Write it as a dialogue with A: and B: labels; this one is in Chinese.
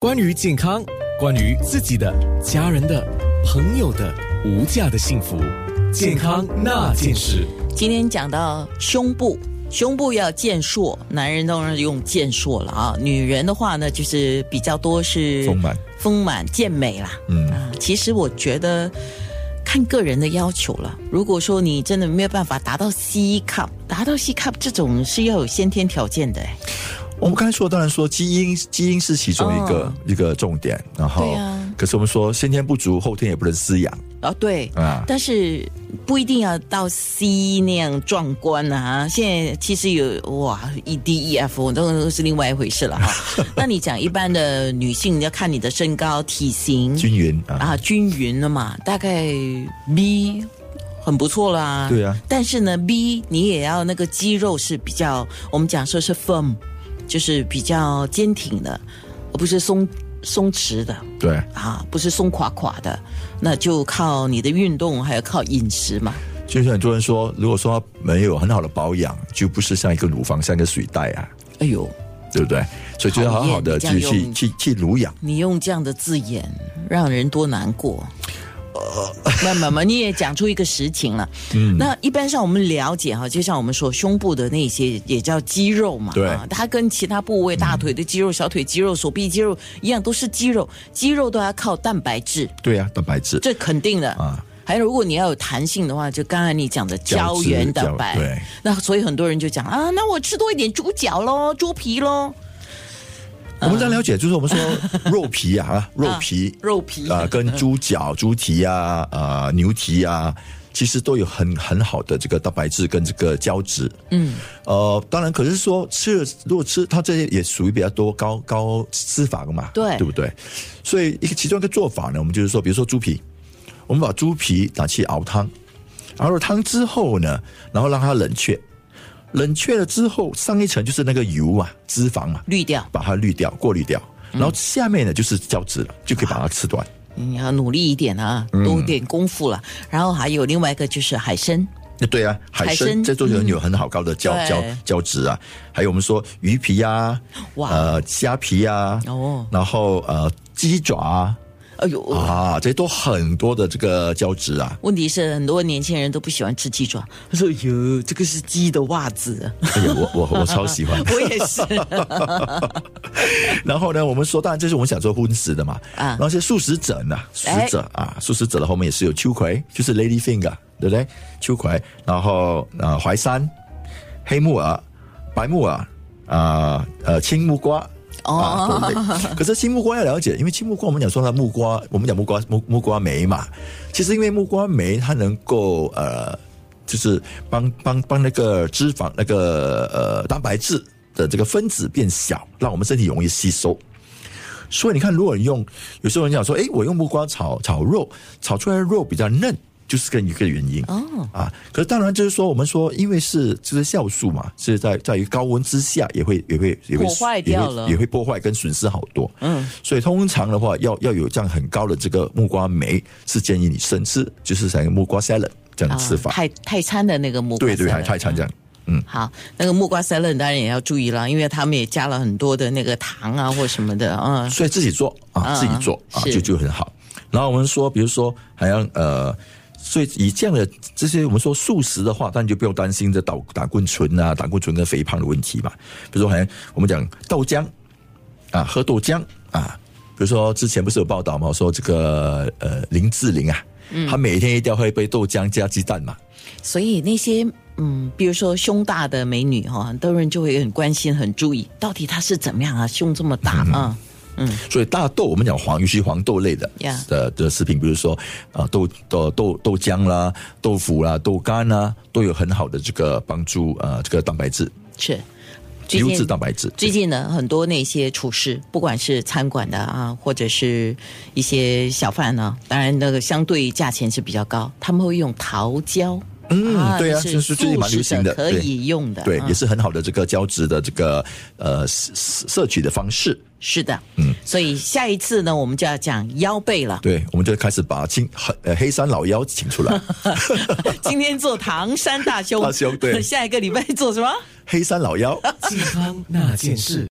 A: 关于健康，关于自己的、家人的、朋友的无价的幸福，健康那件事。
B: 今天讲到胸部，胸部要健硕，男人当然用健硕了啊，女人的话呢，就是比较多是
C: 丰满、
B: 丰满、健美啦。
C: 嗯
B: 啊，其实我觉得看个人的要求了。如果说你真的没有办法达到 C cup，达到 C cup 这种是要有先天条件的、哎
C: 我们刚才说，当然说基因，基因是其中一个、
B: 哦
C: 一个重点。然后，
B: 对啊
C: 可是我们说先天不足，后天也不能施养
B: 啊，对，
C: 啊。
B: 但是不一定要到 C 那样壮观啊！现在其实有哇，E D E F 都是另外一回事了 哈。那你讲一般的女性，你要看你的身高、体型
C: 均匀啊，
B: 啊，均匀了嘛，大概 B 很不错啦。
C: 对啊
B: 但是呢，B 你也要那个肌肉是比较，我们讲说是 firm，就是比较坚挺的，而不是松松弛的。
C: 对，
B: 啊，不是松垮垮的，那就靠你的运动，还有靠饮食嘛。
C: 就是很多人说，如果说没有很好的保养，就不是像一个乳房，像一个水袋啊，
B: 哎呦，
C: 对不对？所以就要好好的
B: 讨厌
C: 去
B: 你这样
C: 去
B: 用
C: 去去乳养。
B: 你用这样的字眼，让人多难过。那妈妈，你也讲出一个实情了。嗯，那一般上我们了解哈，就像我们说胸部的那些也叫肌肉嘛，
C: 对
B: 啊它跟其他部位大腿的肌肉、小腿肌肉、手臂肌肉一样，都是肌肉，肌肉都要靠蛋白质。
C: 对啊，蛋白质、
B: 这肯定的
C: 啊
B: 啊。还有，如果你要有弹性的话，就刚才你讲的
C: 胶
B: 胶
C: 质
B: 原蛋
C: 胶
B: 白。
C: 对
B: 那所以很多人就讲啊，那我吃多一点猪脚喽，猪皮喽，
C: 我们在了解，就是我们 说肉皮啊啊，肉皮、
B: 肉皮
C: 啊、跟猪脚、猪蹄啊、啊牛蹄啊，其实都有很很好的这个蛋白质跟这个胶质。嗯，呃，当然，可是说吃了，如果吃它这些也属于比较多高高脂肪嘛，
B: 对
C: 对不对？所以一个其中一个做法呢，我们就是说，比如说猪皮，我们把猪皮拿去熬汤，熬了汤之后呢，然后让它冷却，冷却了之后上一层就是那个油啊、脂肪嘛，
B: 滤掉。
C: 把它滤掉、过滤掉，
B: 嗯
C: 然后下面呢就是胶质了，就可以把它吃断。
B: 你要努力一点啊，
C: 嗯
B: 多点功夫了。然后还有另外一个就是海参，
C: 那对啊，海
B: 海
C: 参
B: 参嗯
C: 这都有有很好高的胶
B: 对
C: 胶胶质啊，还有我们说鱼皮啊，
B: 哇
C: 呃虾皮啊，
B: 哦
C: 然后呃鸡爪啊，
B: 哎呦，
C: 啊这都很多的这个胶质啊，
B: 问题是很多年轻人都不喜欢吃鸡爪，他说哟，这个是鸡的袜子，
C: 哎呀，我我我超喜 欢。
B: 我也是。
C: 然后呢，我们说，当然这是我们想做荤食的嘛，
B: 啊哎
C: 然后些素食者呢，素食者啊，素食者的后面也是有秋葵，就是 lady finger，对不对？秋葵，然后呃淮山、黑木耳、白木耳，啊呃青木瓜。啊，
B: 哦
C: 都类可是青木瓜要了解，因为青木瓜我们讲说它木瓜，我们讲木瓜木木瓜酶嘛，其实因为木瓜酶它能够呃，就是帮帮帮那个脂肪那个呃蛋白质的这个分子变小，让我们身体容易吸收。所以你看，如果你用有时候人讲说，诶，我用木瓜炒炒肉，炒出来的肉比较嫩，就是跟一个原因。
B: 哦，
C: 啊，可是当然就是说，我们说，因为是就是酵素嘛，是在在于高温之下也会也会也会
B: 破坏掉了
C: 也会也会破坏跟损失好多。
B: 嗯，
C: 所以通常的话，要要有这样很高的这个木瓜酶，是建议你生吃，就是像一个木瓜 salad 这样的吃法。
B: 啊泰泰餐的那个木瓜
C: 对对，
B: salad
C: 还太常这样。嗯，
B: 好，那个木瓜 salad 当然也要注意了，因为他们也加了很多的那个糖啊或什么的啊。
C: 所以自己做啊，
B: 嗯
C: 自己做啊，
B: 是
C: 就就很好。然后我们说，比如说，好像呃，所以以这样的这些我们说素食的话，当然就不用担心这胆胆固醇啊、胆固醇跟肥胖的问题嘛。比如说，好像我们讲豆浆啊，喝豆浆啊，比如说之前不是有报道嘛，说这个呃林志玲啊，
B: 嗯
C: 她每天一定要喝一杯豆浆加鸡蛋嘛。
B: 所以那些嗯，比如说胸大的美女哈，很多人就会很关心、很注意，到底她是怎么样啊？胸这么大
C: 嗯
B: 啊？
C: 所以大豆，我们讲黄，尤其黄豆类的
B: Yeah
C: 的的食品，比如说啊豆豆豆豆浆啦、豆腐啦、豆干啦，都有很好的这个帮助呃这个蛋白质，
B: 是。最
C: 优质
B: 近
C: 蛋白质。
B: 最近呢，很多那些厨师，不管是餐馆的啊，或者是一些小贩呢、当然那个相对价钱是比较高，他们会用桃胶。
C: 嗯对啊这
B: 就是
C: 最近蛮流行的
B: 素食者
C: 对
B: 可以用的，
C: 对，
B: 啊
C: 也是很好的这个胶质的这个呃摄摄取的方式。
B: 是的，嗯，所以下一次呢，我们就要讲腰背了。
C: 对，我们就开始把青呃黑山老妖请 出来。
B: 今天做唐山大胸，
C: 大胸对
B: 下一个礼拜做什么？
C: 黑山老妖，
A: 健康那件事。